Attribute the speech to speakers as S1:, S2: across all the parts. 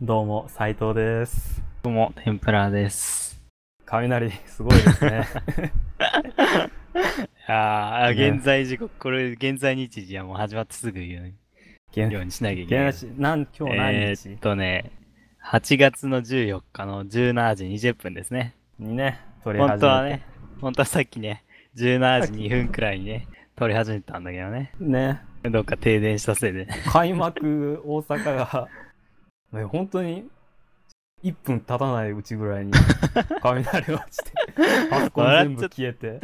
S1: どうも、斉藤です。
S2: どうも、天ぷらです。
S1: 雷、すごいです ね。
S2: ああ、
S1: ね
S2: 現在時刻、これ、現在日時はもう始まってすぐ言う
S1: 現
S2: ようにしなきゃいけない。
S1: 現地、なん、今日
S2: え
S1: 何
S2: ーっ
S1: 日
S2: とね、8月の14日の17時20分ですね。
S1: にね、撮り始め
S2: 本当はね、本当はさっきね、17時2分くらいにね、撮り始めたんだけどね。
S1: ね、
S2: どっか停電したせいで。
S1: 開幕、大阪 が、ね、本当に、1分経たないうちぐらい に、雷落ちて、パソコン全部消えて、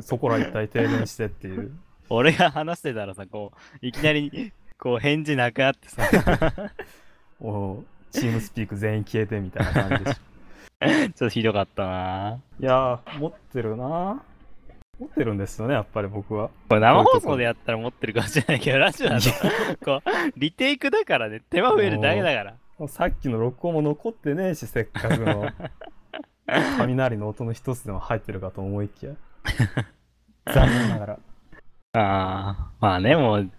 S1: そこら一体停電してって いう。
S2: 俺が話してたらさ、こう、いきなり、こう、返事なくなってさ、
S1: おチームスピーク全員消えてみたいな感じでしょ。
S2: ちょっとひどかったない
S1: やー、持ってるな持ってるんですよね、やっぱり僕は。
S2: これ生放送でやったら持ってるかもしれないけど、ラジ オだと、こう、リテイクだからね、手間増えるだけだから。
S1: もうさっきの録音も残ってねえ し、せっかくの。雷の音の一つでも入ってるかと思いきや。残念ながら。
S2: ああ、まあね、もう、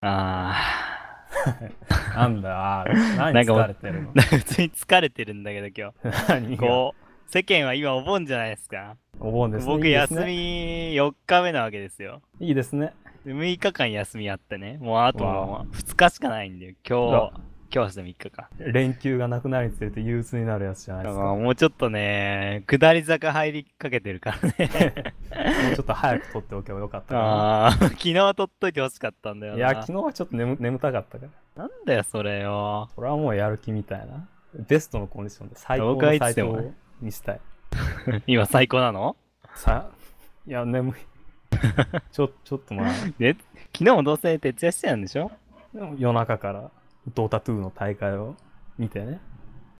S2: あ
S1: なんだ、あー何
S2: なんかもう
S1: 疲れてるの
S2: あ、なんか普通に疲れてるんだけど、今
S1: 何
S2: 日。
S1: が
S2: こう、世間は今お盆じゃないですか。
S1: お盆ですね。
S2: 僕、
S1: いいです
S2: 休
S1: ね
S2: み4日目なわけですよ。
S1: いいですね。
S2: で6日間休みあってね、もうあと
S1: わ
S2: もう2日しかないんだよ。今日、今日明日3日か。
S1: 連休がなくなるにつれて憂鬱になるやつじゃない
S2: だ
S1: です
S2: か
S1: か。
S2: ら
S1: も
S2: もうちょっとね、下り坂入りかけてるからね。
S1: うちょっと早く撮っておけばよかったか
S2: ああ、 昨日取っといてほしかったんだよ
S1: な。
S2: な。
S1: いや、昨日はちょっと眠眠たかったから。
S2: なんだよ、それよ。
S1: これはもうやる気みたいな。ベストのコンディションで最高の
S2: 僕はい
S1: 最
S2: つで
S1: 強
S2: もね
S1: を見せたい。
S2: 今最高 なの
S1: さ、いや、眠 い。ちょ、ちょっとまあ。
S2: で、昨日もどうせ徹夜してたんでしょ
S1: でも夜中からドータ2の大会を見てね。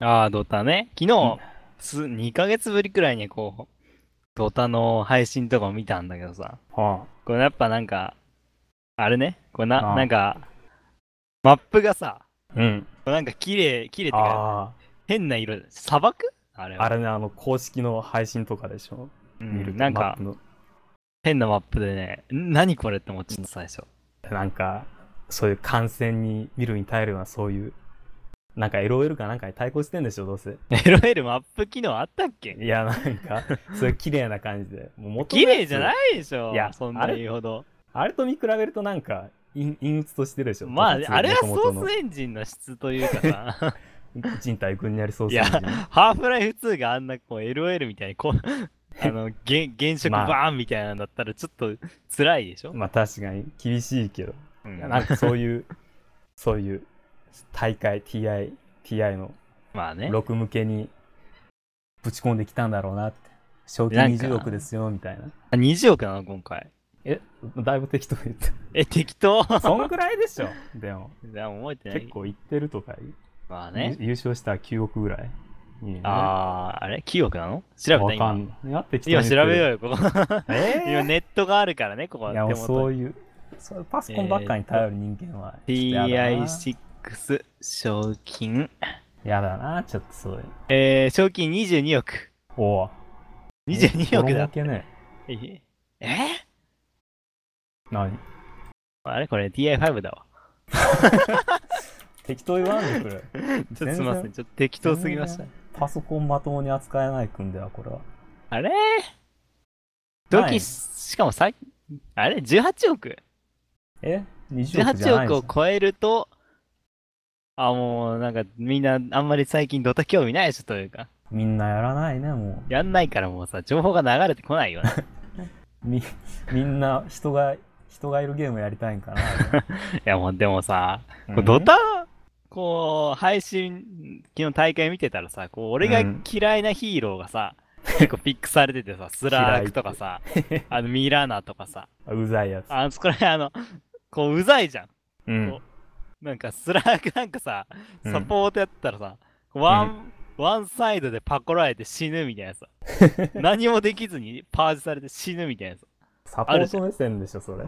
S2: ああ、ドタね。昨
S1: うん
S2: 日、す2ヶ月ぶりくらいにこう、ドタの配信とかを見たんだけどさ。
S1: は
S2: これやっぱなんか、あれね、これな、
S1: ああ
S2: なんか、マップがさ、
S1: あ、うん。
S2: これなんか綺麗、綺麗って
S1: あ
S2: か、変な色、砂漠あれ
S1: あ、あ
S2: は。
S1: れね、あの、公式の配信とかでしょ。
S2: うん
S1: 見ると
S2: なん
S1: マッ
S2: か
S1: プ、の
S2: 変なマップでね、ん何これって思っちゃった最初。
S1: なんか、そういう感染に、見るに耐えるような、そういう、なんか LOL かなんかに対抗してんでしょ、どう せ。
S2: LL マップ機能あったっけ
S1: いや、なんか、そういう綺麗な感じで。もう元の
S2: 綺
S1: やつ
S2: 麗じゃないでしょ。
S1: いや
S2: そん
S1: あ
S2: な
S1: れ
S2: 言うほど。
S1: あれと見比べるとなんか、陰陰鬱としてるでしょ。
S2: まあ、
S1: ドータ2
S2: あれはソ
S1: 元々の
S2: ースエンジンの質というかさ、
S1: 人体ぐんにゃりソース
S2: いや
S1: エンジン
S2: ハーフライフ2があんなこう LOL みたい にこう、あの、原原色
S1: まあ
S2: バーンみたいなんだったらちょっと辛いでしょ、
S1: まあ確かに厳しいけど。
S2: うん
S1: いやなんかそういう、 そういう大会、TI、TI の
S2: まあね。
S1: 6向けにぶち込んできたんだろうなって。賞金
S2: なんか
S1: 20億ですよ、みたいな。
S2: あ20億なの、今回。
S1: え、だいぶ適当に言 って。
S2: え、適当
S1: そんぐらいでしょ。でも、
S2: いや覚えてない。
S1: 結構いってるとか言う、
S2: まあね。
S1: 優勝したら9億ぐらい。いいね
S2: あー、あれ ?9 億なの調べた
S1: わか
S2: 今。
S1: んない。やってき
S2: 今調べよう
S1: う。
S2: よ、こ こ。
S1: え
S2: 今
S1: ー
S2: ネットがあるからね、ここ
S1: いや、
S2: は
S1: もう
S2: 手
S1: そ
S2: 元
S1: う
S2: に。
S1: いう、そういうパソコンばっかに頼る人間は。ちょっとやだな
S2: TI6 賞金。
S1: やだな、ちょっとそういう。
S2: えー、賞金22億。
S1: おぉ。
S2: 22
S1: ボロ
S2: 億だ
S1: 儲。けね。
S2: ええ
S1: 何
S2: あれこれ TI5 だわ。
S1: 適当言わんでくれ。
S2: ちょっとすみま
S1: 全然
S2: せん。ちょっと適当すぎました。。
S1: パソコンまともに扱えないくんでは、これは。
S2: あれド
S1: ない
S2: キ、しかもさあれ ?18 億
S1: え ?20 億じゃな
S2: ?18
S1: い
S2: 億を超えると、あ、もうなんかみんなあんまり最近ドタ興味ない人というか、
S1: みんなやらないね、も
S2: やんないからもうさ、情報が流れてこないよ ね。
S1: う。み、みんな人が、人がいるゲームやりたいんか
S2: いやもうでもさ、 こ
S1: な。
S2: うドタ、こう、配信、昨日大会見てたらさ、こう俺が嫌いなヒーローがさ、結構ピックされててさ、スラークとか さ、あのミラーナとかさ、
S1: うんうざいやつ。
S2: あそこら辺あの、こう、うざいじゃん。
S1: うん。
S2: なんか、スラークなんかさ、
S1: うん
S2: サポートやったらさ、ワン、ワンサイドでパコられて死ぬみたい なさ。何もできずにパージされて死ぬみたいなさ。
S1: サポート目線でしょ、それ。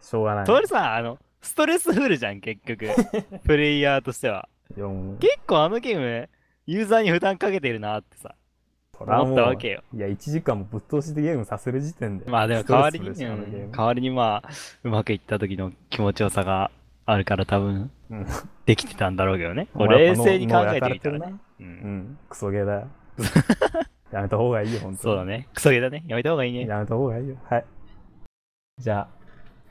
S1: しょうがない。
S2: それさ、あの、ストレスフルじゃん、結 局。プレイヤーとしては。
S1: いやもう
S2: 結構あのゲーム、ユーザーに負担かけてるなってさ、
S1: それはもう
S2: 思ったわけよ。
S1: いや、1時間もぶっ通しでゲームさせる時点で。
S2: まあでも
S1: スト
S2: 代わ
S1: レス
S2: りに、
S1: ですよあのゲー
S2: うん
S1: ム
S2: 代わりにまあ、うまくいった時の気持ちよさがあるから多分
S1: うん、
S2: できてたんだろうけどね。
S1: もうや
S2: 冷
S1: っぱ
S2: 静に考
S1: もうも
S2: えてみたら
S1: う焼かれ
S2: ね
S1: てる。
S2: う
S1: うんん、クソゲーだ よ。やめた方がいいよ、本当
S2: そうだね。クソゲーだね。やめた方がいいね。
S1: やめた方がいいよ。はい。じゃ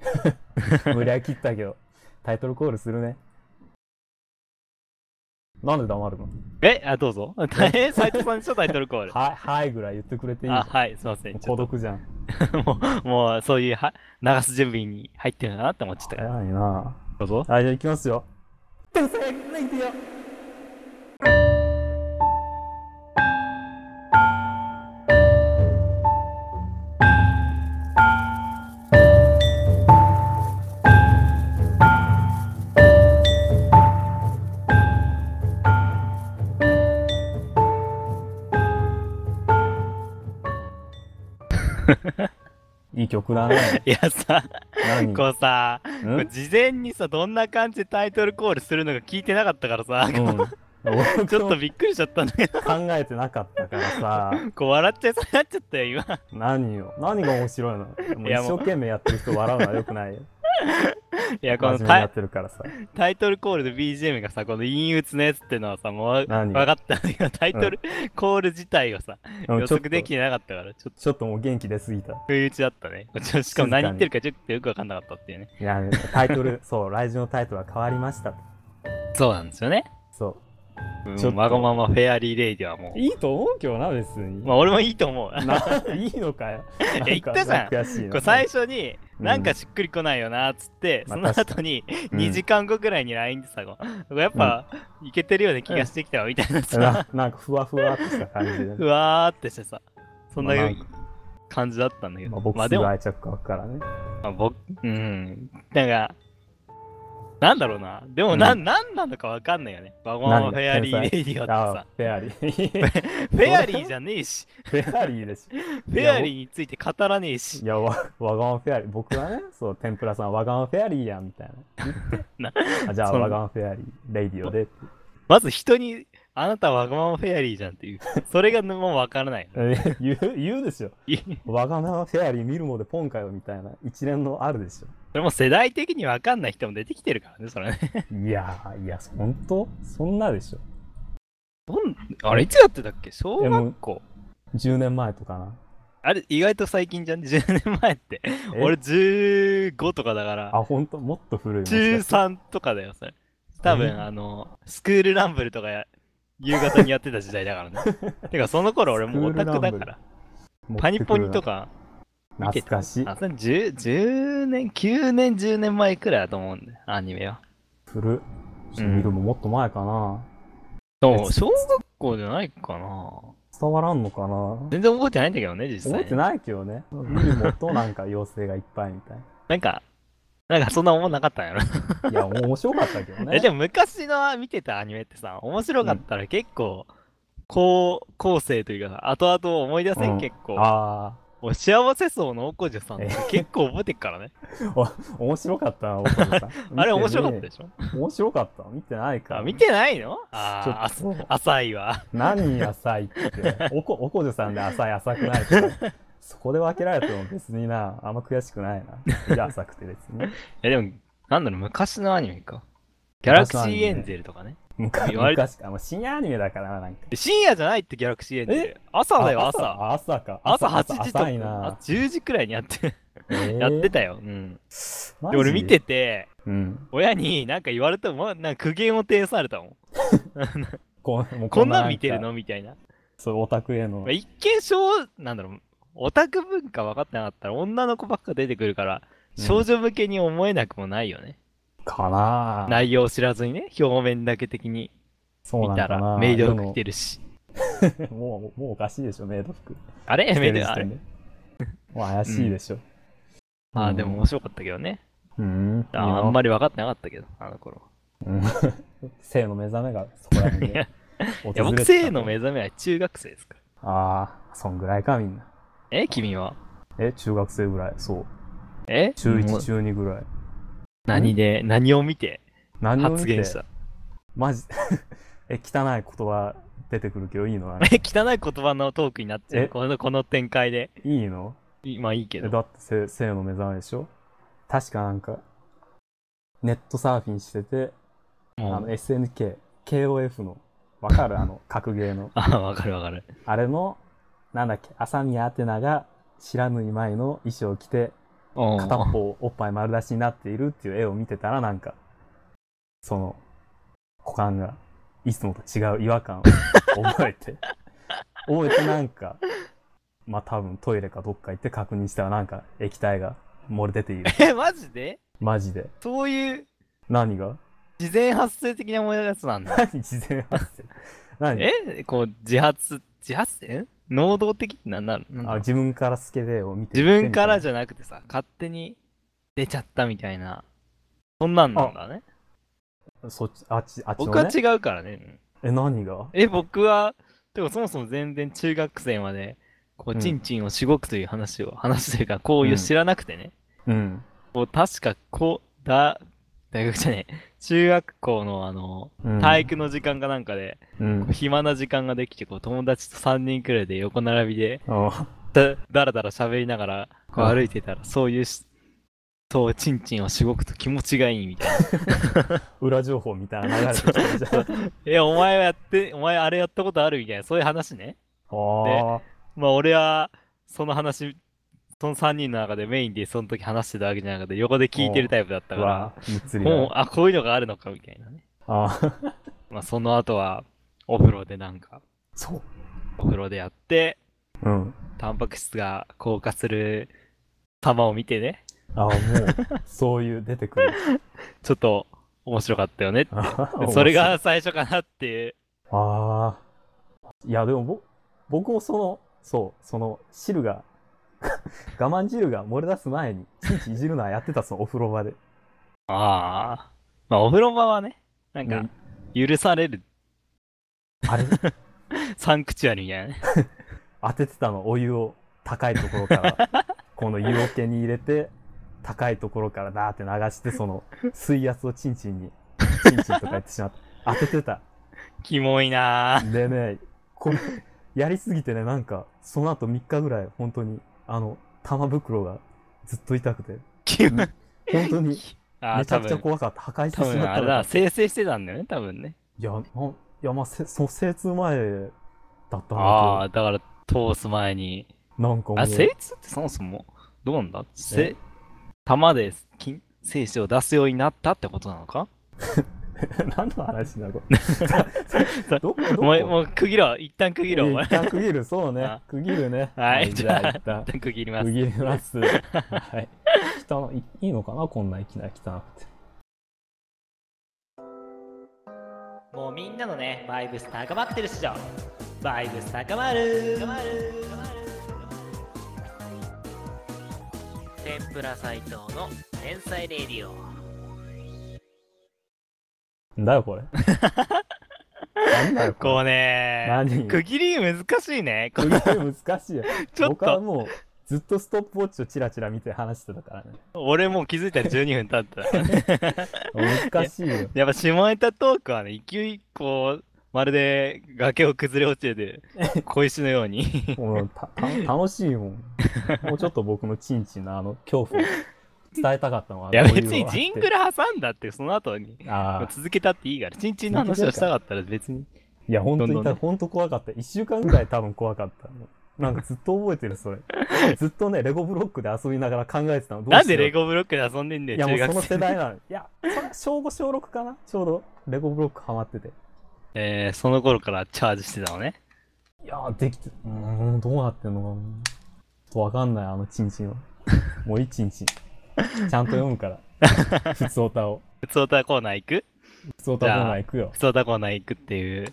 S1: あ、無理やり切ったけど、タイトルコールするね。なんで黙るの
S2: えあ、どうぞ。 え、斎藤さんでしょ、タイトルコール。
S1: はい、はいぐらい言ってくれていい
S2: あ、
S1: じ
S2: はい、すいませ
S1: ゃん
S2: ん。ちょ
S1: 孤
S2: っ
S1: 独じゃん。
S2: ともう、もう、そういうは流す準備に入ってるなって思っちゃったから。
S1: 偉いな
S2: どうぞ。
S1: はい、じゃあ行きますよ。天才ナインティよ いい曲だね。
S2: いやさ、
S1: 何
S2: こうさ、
S1: うん
S2: 事前にさ、どんな感じでタイトルコールするのか聞いてなかったからさ、
S1: うん、
S2: ちょっとびっくりしちゃったんだけど、
S1: 考えてなかったからさ
S2: こう笑っちゃいそうになっちゃったよ、今。
S1: 何よ何が面白いのもう
S2: いや
S1: 一
S2: もう
S1: 生懸命やってる人笑うのはよくないよ
S2: い や、こ
S1: 真
S2: の
S1: 面目にや
S2: タイ
S1: ってるからさ
S2: タイトルコールで BGM がさ、この陰鬱なやつってのはさ、もう
S1: 何
S2: 分かったん だけど、タイトルコール自体をさ、
S1: うん
S2: 予
S1: ちょっ
S2: 測
S1: と
S2: できてなかったから、ちょっと
S1: ちょっともう元気出すぎた
S2: 不意打ちだった ね。ちょしか
S1: 静
S2: も
S1: か
S2: 何
S1: に
S2: 言ってるかちょっとよく分かんなかったっていうね。
S1: いやタイト ルそう来週のタイトルは変わりました
S2: そうなんですよね。
S1: そ
S2: うん
S1: ちょっと
S2: わがままフェアリーレイディはも
S1: ういいと思うけどな別に、
S2: う、まあ俺もいいと思う。
S1: ないいのか よ
S2: や言ったじゃん
S1: なか悔しいな
S2: これ最初に、
S1: うん
S2: なんかしっくりこないよなっつって、
S1: まあ
S2: その後に
S1: うん
S2: 2時間後ぐらいに LINE でさ、こうやっぱ、いけてるような気がしてきたわみたいなさ、
S1: な なんかふわふわっとした感じで、
S2: ふわーってしてさ、そんな
S1: まあなんか
S2: 感じだったんだけ
S1: ま
S2: ど、
S1: あ、僕
S2: ますあ
S1: ぐ
S2: でも、
S1: 愛着湧くからね
S2: まあ僕、うん、なんか、なんだろうな、でもな、、
S1: うん
S2: なんなのかわかんないよね。ワゴンマ
S1: 何
S2: フ
S1: が
S2: ェアリーレディオって
S1: あ
S2: さ、
S1: フェアリー
S2: フェアリーじゃねえし、
S1: フェアリーでしょ
S2: フェアリーについて語らねえし
S1: い、や、わ、わがままフェアリー。僕 はね、そう、天ぷらさん、わがままフェアリーやん、みたいな。あじゃあ、
S2: その
S1: わがままフェアリー、レイディオ で。
S2: まず人に、あなたはワゴンマフェアリーじゃんっていう、それがもうわからないよね。
S1: え言う、言うでしょ。わがままフェアリー見るもでポンかよ、みたいな。一連のあるでし
S2: それも世代的に分かんない人も出てきてるからね、それね。
S1: ょ。いやー、いや、ほんとそんなでしょ。
S2: あれ、いつやってたっけ小
S1: いやもう
S2: 学校。
S1: 10年前とかな。
S2: あれ、意外と最近じゃん、10年前って。
S1: え
S2: 俺、15とかだから、
S1: あ、ほんともっと古いもしかして。
S2: 13とかだよ、それ。多
S1: え
S2: 分、あの、スクールランブルとかや夕方にやってた時代だから ね。てか、その頃俺もうオタクだ
S1: スクールラン
S2: か
S1: ブル
S2: ら。パニポニと
S1: か。
S2: か、見て
S1: 懐
S2: た
S1: かしい。
S2: あ、それ 10, 10年、9年、10年前くらいだと思うんだよ、アニメは。
S1: 古い。
S2: うん
S1: 見るももっと前かな。
S2: で
S1: え
S2: も、小学校じゃないかな。
S1: 伝わらんのかな。
S2: 全然覚えてないんだけどね、実際ね。
S1: 覚えてないけどね。見るもとなんか妖精がいっぱいみたいな。
S2: なんか、なんかそんな思んなかったん やろ。
S1: いや、もう面白かったけどね。
S2: え、でも昔の見てたアニメってさ、面白かったら結構、高校生というかさ、後々思い出
S1: う
S2: せ、
S1: んん
S2: 結構。
S1: あ
S2: お幸せそうの大小路さんって結構覚えてっからね。
S1: あ、面白かったな、お父さん
S2: あれ面白かったで
S1: し
S2: しょ
S1: ょ。面白かった。見てないから。
S2: あ、見てないの
S1: ちょっ
S2: ああ、
S1: とそう
S2: あ浅いわ。
S1: 何浅いって。おこ、おこじさんで浅い、浅くないとか。そこで分けられても別にな、あんま悔しくないな。いや、浅くて別 に。
S2: え、でも、なんだろう、昔のアニメか。ギャラクシーエンゼルとかね。
S1: 昔、
S2: 言われ
S1: 昔か。もう深夜アニメだからな、なんか。
S2: で深夜じゃないってギャラクシーエンゼル。朝だよ、朝。
S1: あ朝か。
S2: 朝8時とか
S1: 浅いな。
S2: 10時くらいにやって、 やってたよ。うん。
S1: マジ
S2: で、俺見て。て、
S1: うん。
S2: 親になんか言われたもん、なんか苦言を呈されたもん。
S1: こんもう
S2: こん
S1: な
S2: なん見てる
S1: か
S2: のみたいな。
S1: そう、オタクへの
S2: まあ、。一見小、なんだろう、オタク文化分かってなかったら女の子ばっか出てくるから、
S1: うん
S2: 少女向けに思えなくもないよね。
S1: かなぁ。
S2: 内容を知らずにね、表面だけ的に
S1: そう
S2: 見
S1: な
S2: た、
S1: のからな。
S2: メイド服着てるし。
S1: でも もう、もうおかしいでしょ、メイド服。
S2: あれメイド、
S1: 着
S2: あ
S1: て
S2: れ
S1: る時点でもう怪しいでしょ。
S2: あーでも面白かったけどね。
S1: うん。
S2: あーあんまり分かってなかったけど、あの頃。
S1: うん。性の目覚めがそこら辺
S2: い
S1: で
S2: や
S1: 訪れて
S2: い
S1: た
S2: や、僕、性の目覚めは中学生ですから。
S1: ああ、そんぐらいか、みんな。
S2: え、君は
S1: え、中学生ぐらい。そう。
S2: え
S1: 中
S2: もう
S1: 1、中2ぐらい。
S2: 何で、何を見て
S1: 何を見
S2: 発
S1: て
S2: 言した
S1: マジ、 え、汚い言葉出てくるけどいいのあ れ
S2: え汚い言葉のトークになっちゃう
S1: え
S2: このこの展開で
S1: いいの
S2: いまあいいけ
S1: え
S2: ど
S1: だって性性の目覚めでしょ確かなんか、ネットサーフィンしてて、あの SNK、KOF の、わかるあ の、格ゲーの。
S2: あ、わかるわかる。
S1: あれの、なんだっけ、浅宮アテナが知らぬい前の衣装を着て、
S2: うん
S1: 片方おっぱい丸出しになっているっていう絵を見てたらなんか、その、股間がいつもと違う違和 感を覚えて、覚えてなんか、まあ多分トイレかどっか行って確認したらなんか液体が漏れ出ている。
S2: え、マジで
S1: マジで。
S2: そういう
S1: 何が
S2: 事前発生的なもののやつなんだ。
S1: 何事前発生。何
S2: えこう、自発、自発え能動的って何なのなんだ
S1: あ
S2: ろう
S1: 自分からスケベを見て
S2: 自分からじ
S1: ゃ。
S2: ゃなくてさ、勝手に出ちゃったみたいな。そんなんなんだね。
S1: そっち、あっち、あっちの、ね。
S2: 僕は違うからね。うん
S1: え、何が
S2: え、僕は、てかそもそも全然中学生まで、こ
S1: う
S2: う、
S1: ん
S2: ちんちんをしごくという話を、話というか、行為を知らなくてね。
S1: うん。
S2: こう、確か、こう、だ、大学じゃねえ、中学校のあの、
S1: うん
S2: 体育の時間かなんかで、
S1: うん。
S2: 暇な時間ができて、こう、友達と3人くらいで横並びで、
S1: あ
S2: だだらだら喋りながら、こう
S1: うん
S2: 歩いてたら、そういうし、そう、ちんちんをしごくと気持ちがいいみたいな。
S1: 裏情報みたいなの流れてきたじゃ ん。
S2: え、お前はやって、お前あれやったことあるみたいな、そういう話ね。
S1: ああ。
S2: まあ俺は、その話、その3人の中でメインでその時話してたわけじゃなくて、横で聞いてるタイプだった
S1: う
S2: か
S1: わ、むっつ
S2: ら、
S1: り
S2: もう
S1: だ。、
S2: あ、こういうのがあるのかみたいなね。
S1: ああ。
S2: まあその後は、お風呂でなんか、
S1: そ
S2: お風呂でやって、
S1: う。うん。
S2: タンパク質が硬化する様を見てね、
S1: ああ、もう、 そういう出てくる。
S2: ちょっと面白かったよね。
S1: ああ
S2: それ。が最初かなっていう。
S1: ああ。いや、でもぼ、僕もその、そう、その、汁が、 我慢汁が漏れ出す前に、ちんちんいじるのはやってた、そのお風呂場で。
S2: ああ。まあお風呂場はね、なんか
S1: ね、
S2: 許される
S1: あれ、
S2: サンクチュアリみたいなね。
S1: 当ててたの、お湯を高いところ から、この湯桶に入れて、高いところからだーって流して、そ の、水圧をちんちんに、ちんちんとかやってしまった。当ててた。
S2: キモいなぁ。
S1: でね、これ、やりすぎてね、なんか、その後3日ぐらい、本当に、あの、玉袋がずっと痛くて、
S2: キモい。
S1: 本当に、
S2: あ
S1: め
S2: あ、
S1: ちゃ
S2: 多
S1: くちゃ
S2: 分。
S1: 怖かった。破壊して
S2: 多
S1: し
S2: 分
S1: まった
S2: あれ
S1: のか
S2: だ、生成してたんだよね、多分ね。
S1: いや、なんいや、まあ、せその精通前だったん
S2: あ
S1: だ
S2: あ、だから通す前に。
S1: けど、なんかもう、
S2: あ、精通ってそもそも、どうなんだせ、玉で金精子を出すようになったってことなのか
S1: 何の話なのこ れどこどこ
S2: お前、もう区切ろう。一旦区切ろう、お前。
S1: 一旦区切る、そうね
S2: あ。
S1: 区切るね。
S2: はい
S1: じゃあ一
S2: じ
S1: 旦
S2: 一旦区切りま
S1: 区
S2: す。
S1: 切ります。はい。汚い、いいのかなこんないきなり汚くて。
S2: もうみんなのね、バイブス高まってるっしょ。バイブス高まる。高まる。天ぷら斎藤の天才レディオ。
S1: なんだよ、これ。なんだよ、こ
S2: こうね
S1: 何
S2: 区切り難しい
S1: れ。
S2: ね。 こ
S1: 区切り難しいよ。
S2: ちょっ
S1: 僕は
S2: と、
S1: もう、ずっとストップウォッチをチラチラ見て話してたからね。
S2: 俺もう気づいたら12分経 った。
S1: 難しいよ。
S2: やっぱ下ネタトークはね、勢い、こう、まるで崖を崩れ落ち てて、小石のように。
S1: もうたた楽しいもん。もうちょっと僕のチンチンのあの恐怖を伝えたかったのは。
S2: いや、
S1: こうう
S2: 別
S1: の
S2: に
S1: があって
S2: ジングル挟んだって、その後に。
S1: ああ。
S2: 続けたっていいから、チンチンの話をしたかったら別に。
S1: いや、本当に
S2: どんどんね
S1: た、本当怖かった。一週間ぐらい多分怖かった。なんかずっと覚えてる、それ。 ずっとね、レゴブロックで遊びながら考えてたの。どうしよう
S2: なんでレゴブロックで遊んでんだ
S1: い
S2: よ、
S1: や、も
S2: 中
S1: うその世
S2: 学生。
S1: 代なの。いや、それ小5、小6かなちょうど、レゴブロックハマってて。
S2: えー、その頃からチャージしてたのね。
S1: いやー、できて、うーん、どうなってんのかな。ちょっとわかんない、あのチンチン は。もういいチンチン。ちゃんと読むから。普通歌を。
S2: 普通歌コーナー行く
S1: 普通歌コーナー行くよ
S2: 普。通歌コーナー行くっていう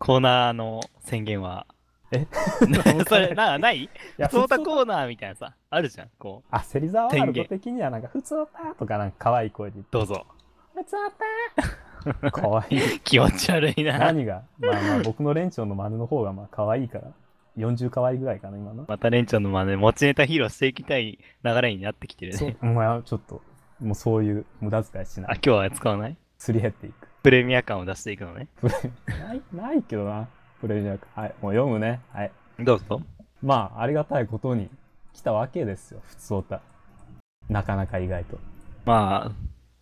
S2: コーナーの宣 言は。
S1: え
S2: それ、な、ない
S1: いや、
S2: 普通歌
S1: 普通
S2: コーナーみたいなさ、あるじゃん。こう、
S1: あ、芹沢ワールド
S2: 天元
S1: 的にはなんか、普通歌とかなんか可愛い声で言って。
S2: どうぞ。
S1: 普通歌 可愛い。
S2: 気持ち悪いな。
S1: 何がまあまあ僕の連長の真似の方がまあ可愛いから40可愛いぐらいかな今の
S2: またレンちゃんの真似、持ちネタ披露していきたい流れになってきてる
S1: そう
S2: ね。
S1: お前はちょっともうそういう無駄遣いし
S2: あ、
S1: ない
S2: 今日は使わない
S1: すり減っていく
S2: プレミア感を出していくのね。
S1: プレないないけどなプレミアムはいもう読むねはい
S2: どうぞ。
S1: まあありがたいことに来たわけですよ普通オタなかなか意外と
S2: まあ、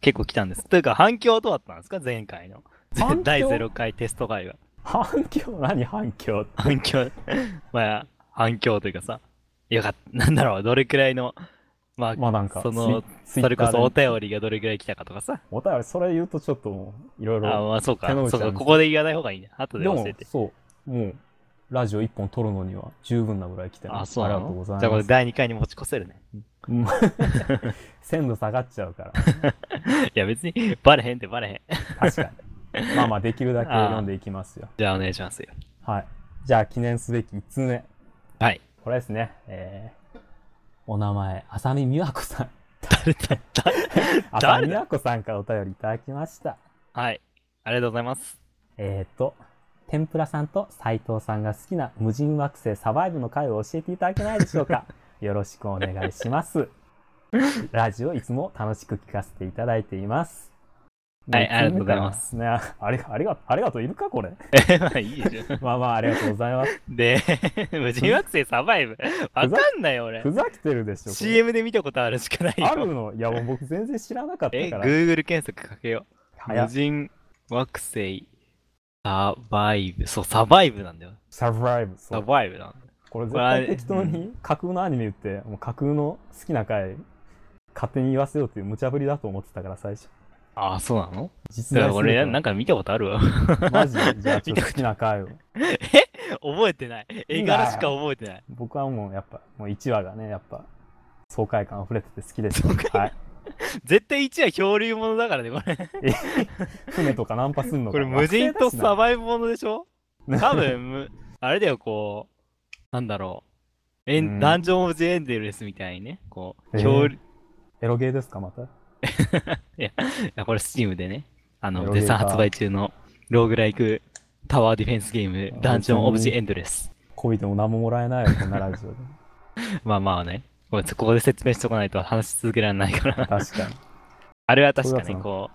S2: 結構来たんです。というか、反響どうだったんですか前回の。
S1: 反響
S2: 第0回テスト会が。
S1: 反響何反響って
S2: 反響、 まあ、反響というかさ、よかった、なんだろう、どれくらいの、まあ、
S1: まあなんか
S2: その
S1: ツイ
S2: それこそお
S1: ツイッターで
S2: 便りがどれくらい来たかとかさ。
S1: お便りそれ言うとちょっともういろい
S2: あ、
S1: ろ
S2: まあそうか
S1: 手の、内
S2: そう
S1: あ
S2: か、
S1: る
S2: ここで言わない方がいいね。後で
S1: で
S2: 教
S1: も
S2: えて。
S1: そうもうラジオ一本撮るのには十分なぐらい来てる
S2: あ、そう
S1: あ
S2: な
S1: りがとう
S2: の
S1: ご
S2: じ
S1: ざ
S2: ゃ
S1: い
S2: あ
S1: ま
S2: これ
S1: す
S2: 第2回に持ち越せるね。
S1: うん 鮮度下がっちゃうから
S2: いや別に バレへんってバレへん。
S1: 確か にまあまあできるだけ読んでいきますよ
S2: じゃあお願いしますよ。
S1: はいじゃあ記念すべき1つ目
S2: はい
S1: これですねえーお名前浅見美和子さん
S2: 誰だった
S1: 浅見美和子さんからお便りいただきました
S2: はい。ありがとうございます。
S1: えー、と、天ぷらさんと斉藤さんが好きな無人惑星サバイブの回を教えていただけないでしょう か。よろしくお願いします。ラジオいつも楽しく聞かせていただいています。
S2: はい
S1: ね
S2: ありがとうございま。す
S1: つ目からね、あれ、ありが、ありがとういるか、これ。
S2: え、まあいいでしょ。
S1: まあまあ、ありがとうござい ます。
S2: で、無人惑星サバイブ。わかんないよ俺
S1: ふ。ざけてるでしょ。これ
S2: CM で見たことあるしかないよ。
S1: あるの、いや、もう僕全然知らなかっ
S2: え、
S1: たから。
S2: Google 検索かけよう。
S1: 早
S2: 無
S1: っ
S2: 人惑星サバイブ。そう、サバイブなんだよ。
S1: サバイブ。そ
S2: サ
S1: う
S2: バイブなんだよ。
S1: これ絶対適当に架空のアニメ言って、もう架空の好きな回、勝手に言わせようっていう無茶ぶりだと思ってたから、最初。
S2: ああ、そうなの
S1: 実
S2: だか
S1: 在
S2: ら
S1: する
S2: 俺、
S1: か
S2: なんか見たことあるわ。
S1: らマジで、じゃあちょっと好きな回を。
S2: 覚えてない。絵柄しか覚えてない。
S1: 僕はもうやっぱ、もう1話がね、やっぱ、爽快感溢れてて好きです。
S2: 爽快感
S1: はい。
S2: 絶対1は漂流物だからね、これ。
S1: 船とかナンパすんの
S2: こ
S1: か
S2: れ
S1: な
S2: 無人とサバイブものでしょ
S1: ね
S2: 多分む、あれだよ、こう、なんだろう。エ
S1: うん
S2: ンダンジョン・オブ・ジ・エンデルですみたいにね、こう、
S1: えー
S2: 恐竜、
S1: エロゲーですか、また。
S2: いやこれ Steam でね、あ
S1: エ
S2: の、
S1: ロゲー
S2: 絶
S1: だ
S2: 賛発売中のローグライクタワーディフェンスゲー
S1: あ
S2: ム、ダンジョン・オブ・ジ・
S1: 本当に
S2: エンドレス。
S1: こいても何ももらえないよ、こんなラ ジオで。
S2: まあまあね、これここで説明しとかないと話し続けられな いから。
S1: 確かに。
S2: あれは確か
S1: そうだ
S2: ね、
S1: な
S2: こ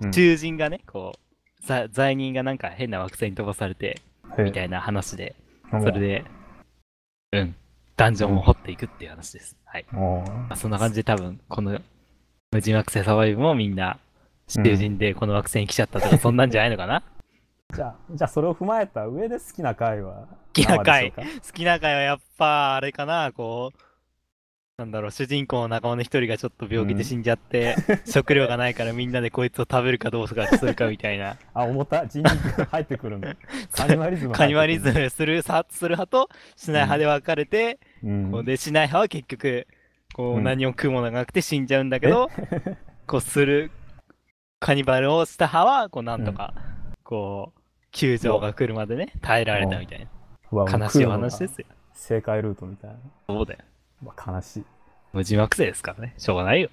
S1: う
S2: う、
S1: ん
S2: 囚人がね、こう、ざ罪人がなんか変な惑星に飛ばされて、みたいな話で、
S1: へえ
S2: それで、うん、ダンジョンを掘っていくっていう話です。はい。
S1: もう、
S2: まあ、そんな感じで多分、この無人惑星サバイブもみんな、囚人でこの惑星に来ちゃったとか、そんなんじゃないのかな
S1: じゃあ、じゃあそれを踏まえた上で好きな回は
S2: 好きな
S1: 何話で
S2: 回
S1: しょうか
S2: 好きな回はやっぱ、あれかな、こう、なんだろう、主人公の仲間の一人がちょっと病気で死んじゃって、食料がないからみんなでこいつを食べるかどうかするかみたいな、
S1: あ、重たい。人肉が入ってくる の。カニマリズムが
S2: カ
S1: 入ってくる。
S2: ニマリズムするさする派としない派で分かれて、
S1: うん。
S2: こうでしない派は結局こ
S1: う
S2: うん何も食うものがなくて死んじゃうんだけど、 こうするカニバルをした派はこうなんとか、こう救助が来るまでね耐えられたみたい
S1: わもう
S2: な悲しいお話
S1: 食う
S2: で
S1: のが
S2: すよ
S1: 正解ルートみたいな。
S2: そうだよ
S1: まあ、悲しい。
S2: 無人惑星ですからねしょうがないよ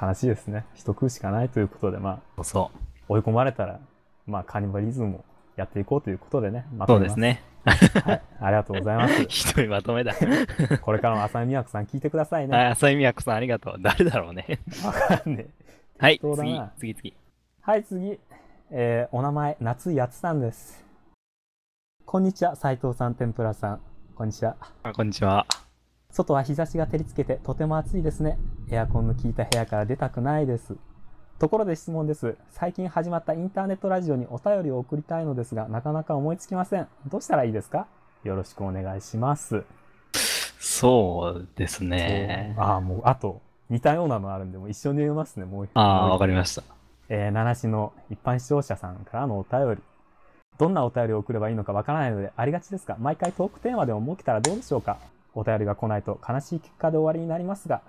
S1: 悲しいですね。人食うしかないということで、ま
S2: そうそ
S1: あ、追い込まれたら、まあ、カニバリズムをやっていこうということでね。ま
S2: う
S1: と
S2: そう
S1: め
S2: で。
S1: ます
S2: ね
S1: はい。ありがとうございま
S2: 一人まとめだ
S1: す。 これからも浅見美和子さん聞いてくださいね。
S2: あそういうみやこさんありがとう誰だろうね
S1: わかんねえ。
S2: はい
S1: 当だな
S2: 次次次
S1: はい、次。えーお名前、夏井つさんです。こんにちは、斉藤さん、天ぷらさん。こんにちは。
S2: あこんにちは
S1: 外は日差しが照りつけてとても暑いですね。エアコンの効いた部屋から出たくないです。ところで質問です。最近始まったインターネットラジオにお便りを送りたいのですが、なかなか思いつきません。どうしたらいいですかよろしくお願いします。
S2: そうですね
S1: ああ、もう、あと、似たようなのあるんで、もう一緒に読みますね、もう。
S2: ああわ
S1: か
S2: かりました
S1: えー、七市の一般視聴者さんからのお便り。どんなお便りを送ればいいのかわからないので、ありがちですが、毎回トークテーマでも設けたらどうでしょうかお便りが来ないと悲しい結果で終わりになりますが。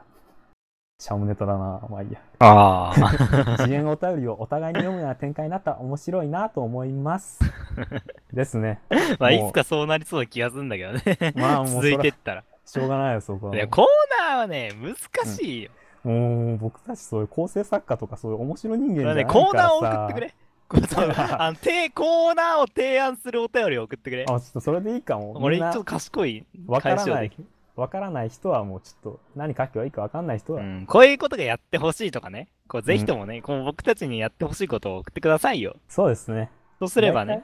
S1: シャムネタだなまあいいや。
S2: ああ
S1: 自演お便りをお互いに読むような展開になったら面白いなと思い ます。ですね。
S2: まあ、い
S1: もう
S2: つかそうなりそうな気がするんだけど ね。
S1: まあもうそ
S2: 続
S1: れ
S2: いてったら。
S1: しょうがないよ、そこは。
S2: いや、コーナーはね、難しいよ。
S1: もう僕たちそういう構成作家とかそういう面白い人間じ
S2: だ
S1: ゃ
S2: か
S1: ない
S2: らね、
S1: からさ
S2: コーナーを送ってくれ。こうそう
S1: ら
S2: あのてコーナーを提案するお便りを送ってくれ。
S1: あ、ちょっとそれでいいかも。
S2: 俺、
S1: み
S2: ち
S1: ん
S2: ょっ
S1: な
S2: と賢い
S1: わか
S2: 返
S1: ら
S2: しを
S1: な
S2: で
S1: い
S2: きる。。
S1: わからない人はもうちょっと何書けばいいかわかんない人
S2: う
S1: は。
S2: ん、こういうことがやってほしいとかね、こうぜひともね、こう僕たちにやってほしいことを送ってくださいよ。
S1: そうですね。
S2: そうすればね、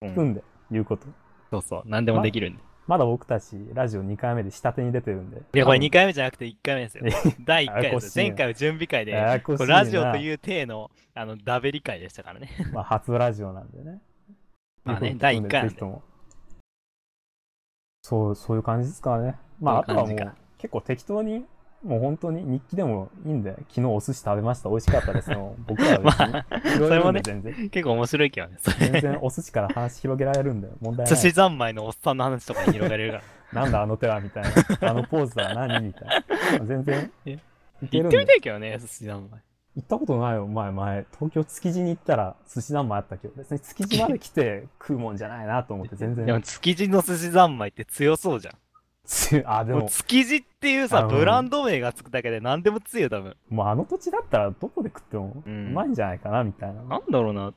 S1: 大体。組んで、言うこと。
S2: そうそう、何でもできるんで。
S1: まだ僕たち、ラジオ2回目で下手に出てるんで。
S2: いや、これ2回目じゃなくて1回目 ですよ。第1回
S1: やや
S2: で
S1: こ
S2: す。
S1: しいな
S2: 前回は準備会で、
S1: ややこしい
S2: こう
S1: な
S2: ラジオという体の、あの、ダベリ会でしたからね。
S1: まあ、初ラジオなんでね。
S2: まあね
S1: いうこと
S2: 第一回なんで
S1: ぜひとも。そう、そういう感じですかね。まあ、あと
S2: そういう
S1: は
S2: 感
S1: も
S2: じ
S1: う
S2: か、
S1: 結構適当に、もう本当に日記でもいいんで、昨日お寿司食べました、美味しかったですの。僕ら
S2: ま
S1: は
S2: あ、
S1: 別に、いろ
S2: そ
S1: いろ
S2: れ
S1: いる
S2: も
S1: んで
S2: ね、
S1: 全然。
S2: 結構面白いけどね。それ
S1: 全然お寿司から話広げられるん で、問題な
S2: 寿司
S1: い。
S2: 三昧のおっさんの話とかに広がれるから。
S1: なんだあの手はみたいな。あのポーズは何みたいな。全然
S2: いや。
S1: いけ
S2: 行
S1: る
S2: っ
S1: ん
S2: てみ
S1: で
S2: たいけどね、寿司三昧。
S1: 行ったことないよ、前、前。東京築地に行ったら寿司何枚あったけど、別に築地まで来て食うもんじゃないなと思って、全
S2: でも
S1: 然。
S2: 築地の寿司三昧って強そうじゃん。
S1: つあ、で
S2: もう
S1: も、
S2: 築地っていう
S1: あ
S2: さ、
S1: の
S2: ブランド名がつくだけで何でも強いよ、多分。
S1: もうあの土地だったらどこで食ってもう
S2: うん
S1: まいんじゃないかな、みたいな。
S2: なんだろうな、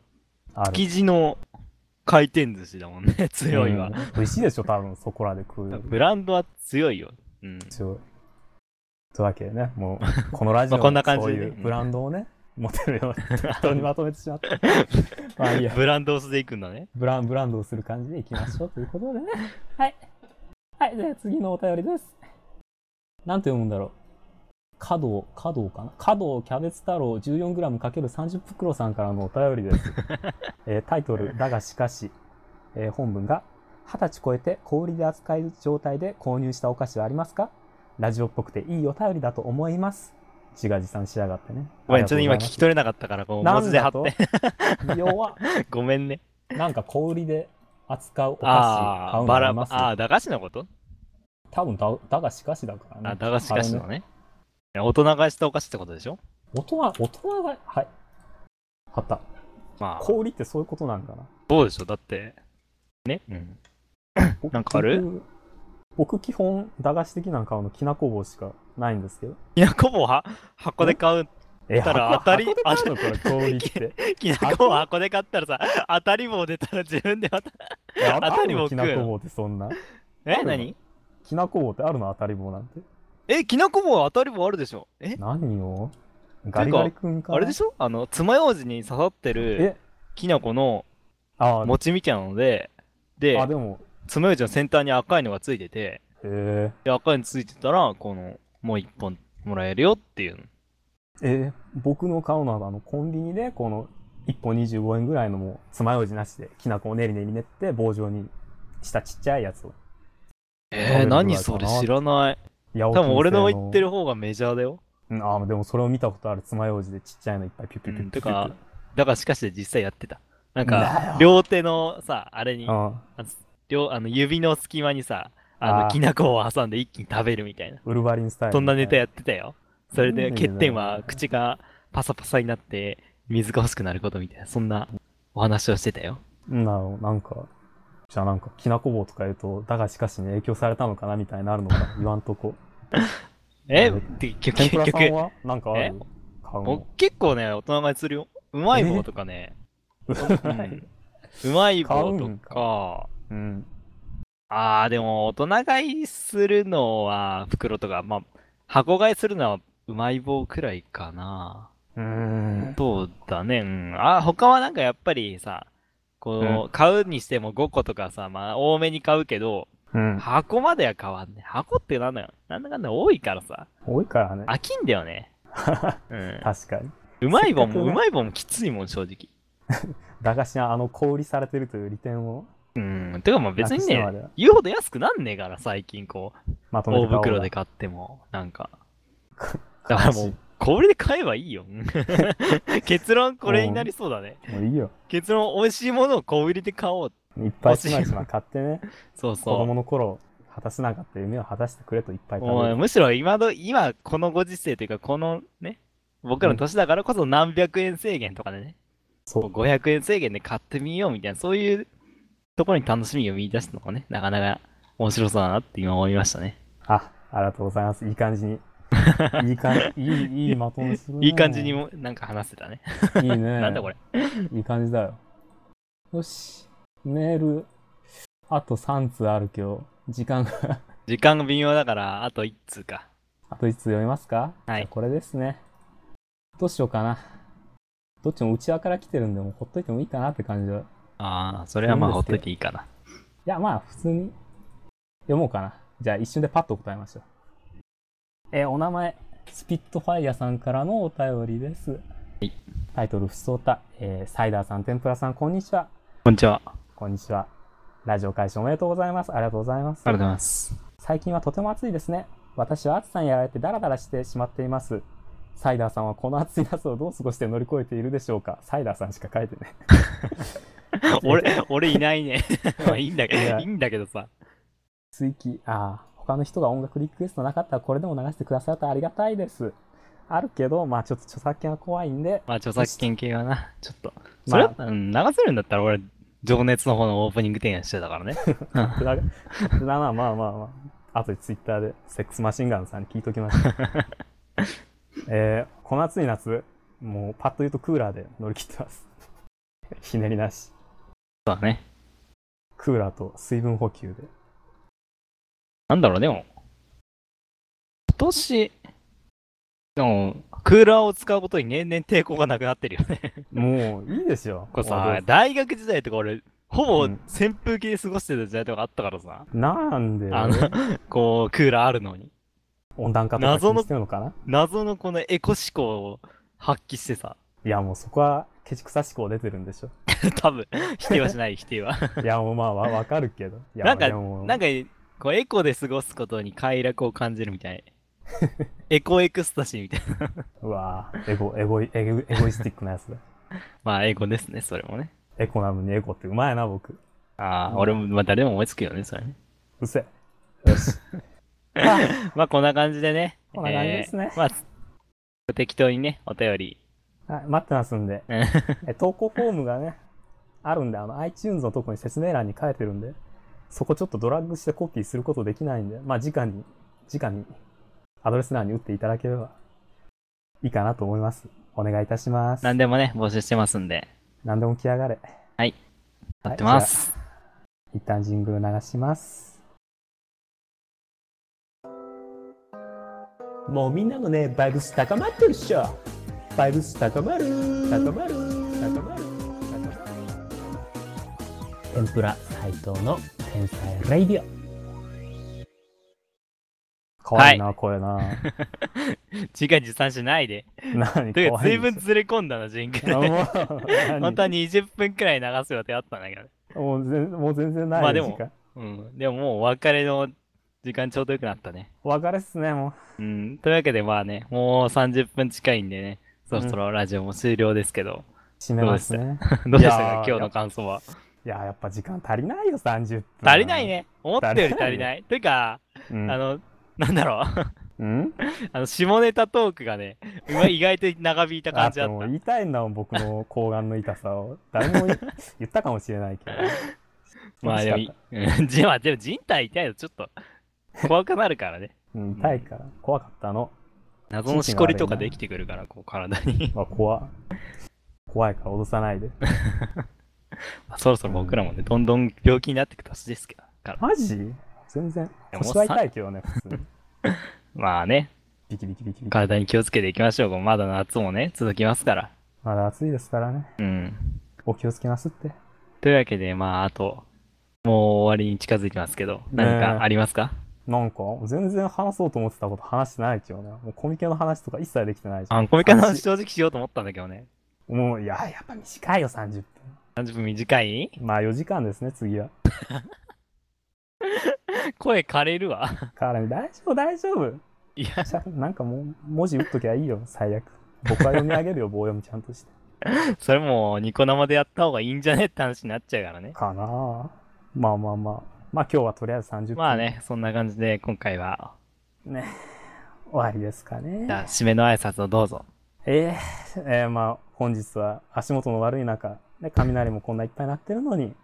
S1: ある
S2: 築地の回転寿司だもんね、 強い
S1: うん
S2: わ。
S1: 美味しいでしょ、多分そこらで食うより。
S2: ブランドは強いよ。うん。
S1: 強い。というわけでね、も う、このラジオ
S2: まあこんな感
S1: も
S2: じ
S1: そう
S2: でね
S1: いうブランドをね、持てるよう に適当にまとめてしまった。まあいいや。
S2: ブランドを素で行くんだね。
S1: ブランブランドをする感じでいきましょうということでね。 はい。はい、では次のお便りです。なんて読むんだろう。加藤、加藤かな加藤キャベツ太郎 14g×30 袋さんからのお便り です。えータイトル、だがしかし、えー本文が、二十歳超えて小売りで扱える状態で購入したお菓子はありますかラジオっぽくていいお便りだと思います。自画自賛しやがってね。
S2: ごめん、ちょっと今聞き取
S1: れ
S2: れなかったから、こう文字で貼って。
S1: て。 弱っ
S2: ごめんね。
S1: なんか小売りで扱うお菓子
S2: あ
S1: 買う
S2: あ、
S1: の
S2: バ
S1: あ
S2: ラ
S1: ります
S2: ああ、駄菓子のこと
S1: 多分だだがしかしだからね。
S2: あ、駄菓子菓子
S1: あ
S2: の
S1: のね
S2: ね。大人買いしたお菓子ってことでしょ
S1: 大人、大人が、はい。あった。
S2: まあ、
S1: 小売りってそういうことなんかな。
S2: そうでしょだって。ね。うん。
S1: 僕
S2: なんかある
S1: 結局僕基本、駄菓子的なの買うのきなこ棒しかないんですけど。
S2: きなこ棒は箱で買う。
S1: え、
S2: たら
S1: 箱
S2: 当たり
S1: 箱で買うのこれ小売り って。
S2: きなこ棒は箱で買ったらさ、当たり棒出たら自分でまた。
S1: いや
S2: 当たり棒
S1: あるの
S2: 食
S1: き
S2: うの
S1: なこ棒ってそんな。
S2: え
S1: るの
S2: 何
S1: きなこ棒ってあるの当たり棒なんて。
S2: え、きなこ棒は当たり棒あるでしょえ
S1: 何をガリガリ君かな
S2: あれでしょあの、爪楊枝に刺さってる
S1: え、
S2: きなこの
S1: あー
S2: 餅みたいなので、で
S1: あ、、でも、
S2: 爪楊枝の先端に赤いのがついてて、
S1: え
S2: で、赤いのついてたら、この、もう一本もらえるよっていうの。
S1: ー、えー、僕の買うのはあのコンビニでこの1本25円ぐらいのもう爪楊枝なしできなこを練り練り練って棒状にしたちっちゃいやつを。
S2: えー、何それ知らない。
S1: 多
S2: 多分俺の言って。る方がメジャーだよ。
S1: うん、あーでもそれを見たことある爪楊枝でちっちゃいのいっぱいピュピュピュピュピュ
S2: うんてかだからしかし実際やってた。なん
S1: な
S2: か
S1: よ、
S2: 両手のさ、あれに、
S1: うん、
S2: 両、あの、指の隙間にさ、あ
S1: あー
S2: の、きな粉を挟んで一気に食べるみたいな。
S1: ウルヴァリンスタイル。
S2: そんなネタやってたよ。それ
S1: な
S2: で
S1: んでだよ
S2: 欠点は口がパサパサになって水が欲しくなることみたいな、そんなお話をしてたよ。
S1: うんなのなんか、じゃあなんか、きなこ棒とか言うと、だがしかしに影響されたのかなみたいなのあるのか言わんと こ。
S2: え
S1: なる
S2: で結
S1: 天ぷら
S2: 局、結
S1: さん
S2: 局
S1: はなんかあ
S2: え
S1: る買うの
S2: 僕。結構ね、大人買いするよ。うまい棒とかね、うんうまい
S1: 買う
S2: 棒と
S1: ん
S2: か、
S1: うん。
S2: あー、でも大人買いするのは袋とか、まあ、箱買いするのはうまい棒くらいかな。
S1: うーん。
S2: そうだね。うん。あ、他はなんかやっぱりさ、こう、買うにしても5個とかさ、まあ多めに買うけど、
S1: うん。
S2: 箱までは変わんね。箱ってなんだよ。なんだかんだ多いからさ、
S1: 多いからね。
S2: 飽きんだ よね。うん。
S1: 確かに。
S2: うまい棒
S1: せっか
S2: も、
S1: くね
S2: うまい棒もきついもん、正直。
S1: 駄菓子はあの小売りされてるという利点を
S2: うん。てかまあ別に
S1: なくしてま
S2: ね、
S1: では
S2: 言うほど安くなんねえから、最近こう、
S1: まとめ
S2: 大
S1: て買おう
S2: 袋で買っても、なんか。
S1: だ
S2: だからもう、これで買えばい いよ。結論これになりそうだね。
S1: もういいよ
S2: 結論、美味しいものを小売りで買おう。
S1: いっぱいしまいしま買ってね
S2: そう
S1: 子
S2: そう
S1: 供。の頃果たせなかった夢を果たしてくれといっぱい食
S2: も
S1: べ
S2: う
S1: る
S2: むしろ今の今このご時世というかこのね僕らの年だからこそ何百円制限とかでね、
S1: そう
S2: こう500円制限で買ってみようみたいなそういうところに楽しみを見出したのがねなかなか面白そうだなって今思いましたね
S1: あありがとうございますいい感じ にいい感じいいいいまとめするね
S2: いい感じにもなんか話せたね
S1: いいね
S2: なんだこれ
S1: いい感じだよよしメールあと3通あるけど時間が
S2: 時間が微妙だからあと1通か
S1: あと1通読みますか
S2: は
S1: じ
S2: い
S1: ゃあこれですねどうしようかなどっちも内輪から来てるんでもうほっといてもいいかなって感じだ
S2: ああそれはまあ
S1: そ
S2: ほ
S1: う
S2: っ
S1: です
S2: と
S1: ね
S2: いていいかない
S1: や、まあ、普通に。読もうかな。じゃあ一瞬でパッと答えましょう。えーお名前、スピットファイヤさんからのお便りです。
S2: い
S1: タイトル、ふそうた。えーサイダーさん、天ぷらさん、こんにちは。
S2: こんにちは。あ
S1: こんにちは。ラジオ開始おめでとうございます。ありがとうございます。
S2: りがとうございます。
S1: 最近はとても暑いですね。私は暑さにやられてダラダラしてしまっています。サイダーさんはこの暑い夏をどう過ごして乗り越えているでしょうかサイダーさんしか書いてね。
S2: 俺、俺いないね。 まあいいんだけ
S1: い
S2: ど、
S1: や
S2: いいんだけどさ。
S1: 追記、ああ、他の人が音楽リクエストなかったらこれでも流してくださるとありがたいです。あるけど、まあちょっと著作権は怖いん で、
S2: まあ著作権系はな、ちょっと。
S1: あ
S2: それ、うん、流せるんだったら俺、情熱の方のオープニング提案してた からね。
S1: くだら、くだらなまあまあまあ。あとでツイッターでセックスマシンガンさんに聞いとき ました。えーこの暑い夏、もうパッと言うとクーラーで乗り切ってます。ひねりなし。
S2: そうだね。
S1: クーラーと水分補給で。
S2: なんだろう、でも。今年、でも、クーラーを使うことに年々抵抗がなくなってるよね。
S1: もういいですよ。
S2: これ
S1: もうど
S2: さ
S1: う、
S2: 大学時代とか俺、ほぼ
S1: うん
S2: 扇風機で過ごしてた時代とかあったからさ。
S1: なんで
S2: あの、こう、クーラーあるのに。
S1: 温暖化とか気にしてるのかな
S2: 謎のこのエコ思考を発揮してさ。
S1: いやもうそこはケチくさしく出てるんでしょ。
S2: 多分、否定はしない、否定は。
S1: いやもうまあわわかるけど。いや
S2: なんか
S1: でも
S2: なんか、こう、エコで過ごすことに快楽を感じる みたい。エコエクスタシーみたいな。
S1: うわぁ、エゴ、エゴイ、エゴエゴイスティックなやつだ。
S2: まあ、エコですね、それもね。
S1: エコなのにエゴってうまいな僕。
S2: ああ、
S1: うん
S2: 俺も、まあ、誰でも思いつくよね、それね。
S1: うっせえ。よし。
S2: まあ、こんな感じでね。
S1: こんな感じですね
S2: えーまあ、適当にね、お便り。
S1: はい、待ってますんで。
S2: うん
S1: え投稿フォームがね、あるんで、あの、iTunes のとこに説明欄に書いてるんで、そこちょっとドラッグしてコピーすることできないんで、まあ、直に、直に、アドレス欄に打っていただければいいかなと思います。お願いいたします。
S2: 何でもね、募集してますんで。
S1: 何でも来やがれ。
S2: 待ってます。
S1: 一旦ジングル流します。
S3: もうみんなのね、バイブス高まってるっしょ。バイブス高まる。高まる。高まる。
S1: 天ぷら斎藤の天才レイディオ。かわいいな、これ な。
S2: 時間持参しないで。
S1: 何
S2: という
S1: か
S2: か、
S1: わい
S2: 随
S1: いで
S2: 分
S1: しょ
S2: ずれ込んだな、ジングル。
S1: あ もう
S2: 本当は20分くらい流す予定あったんだけど。
S1: 何もう全もう全然ないよ
S2: まあでも
S1: 時間
S2: うん。でももうお別れの時間ちょうどよくなったね。
S1: お別れっすね、もう。
S2: うん。というわけで、まあね、もう30分近いんでね、そろそろラジオも終了ですけど、
S1: 締めますね。
S2: どうでしたか
S1: いや、ー
S2: 今日の感想は。
S1: いや、やっぱ時間足りないよ、30分。
S2: 足りない。ね。思ったより足りない。というか、
S1: うん。
S2: あの、なんだろう、
S1: うん、
S2: あの、下ネタトークがね、うわ意外と長引いた
S1: あ
S2: 感じだ
S1: と
S2: っ
S1: もう
S2: た。
S1: 言いたいんだもん、僕の睾丸の痛さを。誰も言言ったかもしれないけど。
S2: まあでも
S1: 楽しかっ、
S2: うん じまあでも人体痛いのちょっと怖くなるからね。
S1: たうん、痛いから。怖かったの。
S2: 謎のしこりとかできてくるから、こう体に。
S1: まあ、怖。怖いから脅さないで。
S2: まあそろそろ僕らもね、どんどん病気になっていく年ですけど。から
S1: マジ全然。
S2: やもう
S1: 腰は痛いけどね、普通に。
S2: まあね、
S1: ビキビキビキビキ。
S2: 体に気をつけていきましょう。まだ夏もね、続きますから。
S1: まだ暑いですからね。
S2: うん。
S1: お気をつけますって。
S2: というわけで、まあ、あと、もう終わりに近づいてますけど、何かありますか、
S1: なんか、全然話そうと思ってたこと話してないけどね。もうコミケの話とか一切できてないじゃん。
S2: あ、コミカの話正直しようと思ったんだけどね。
S1: もう、いや、やっぱ短いよ、30分。
S2: 30分短い
S1: まあ4時間ですね、次は。
S2: 声枯れるわ。
S1: から大丈夫、大丈夫。
S2: いや、
S1: しゃなんかもう、文字打っときゃいいよ、最悪。僕は読み上げる よ、棒読みちゃんとして。
S2: それもうニコ生でやった方がいいんじゃねって話になっちゃうからね。
S1: かなぁ。まあまあまあ。まあ今日はとりあえず30分。
S2: まあ。ね、そんな感じで今回は、
S1: ね。終わりですか
S2: じゃあ
S1: ね。
S2: 締めの挨拶をどうぞ。
S1: えー、えーまあ本日は足元の悪い中、ね、雷もこんないっぱい鳴ってるのに、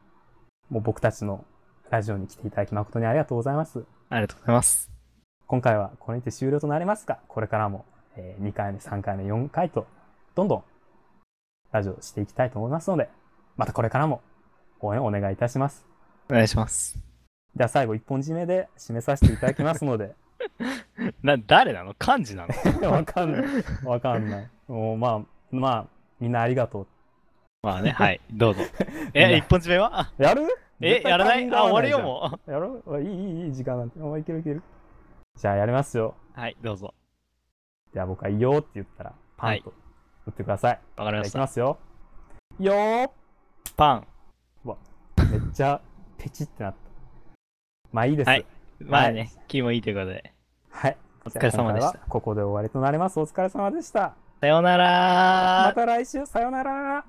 S1: もう僕たちのラジオに来ていただき誠にありがとうございます。
S2: ありがとうございます。
S1: 今回はこれにて終了となりますが、これからも、え2回目、3回目、4回と、どんどんラジオしていきたいと思いますので、またこれからも応援お願いいたします。
S2: お願いします。
S1: では最後、一本締めで締めさせていただきますので、
S2: な、誰なの漢字なの
S1: わかんない。わかんない。もうまあ、まあ、みんなありがと
S2: まあね、はい、どうぞ。
S1: いや
S2: え、一本締めは
S1: う。やる
S2: え、やらないあ、終わるよ、も
S1: う。やろういい、いい、いい、時間なんて。あ、いけるいける。じゃあやりますよ。
S2: う。はい、どうぞ。
S1: じゃあ僕はいいよって言ったら、パンと打ってください。
S2: わか
S1: じゃ
S2: りま
S1: あい
S2: し
S1: き
S2: た。
S1: ますよ。よー
S2: パン。
S1: めっちゃ、ペチってなった。まあいいです。
S2: はいまあね、気もいいということで。
S1: はい。
S2: お疲れ様で
S1: じゃあ
S2: し
S1: 今
S2: た
S1: 回。はここで終わりとなります。お疲れ様でした。
S2: さようなら
S1: また来週、さようなら。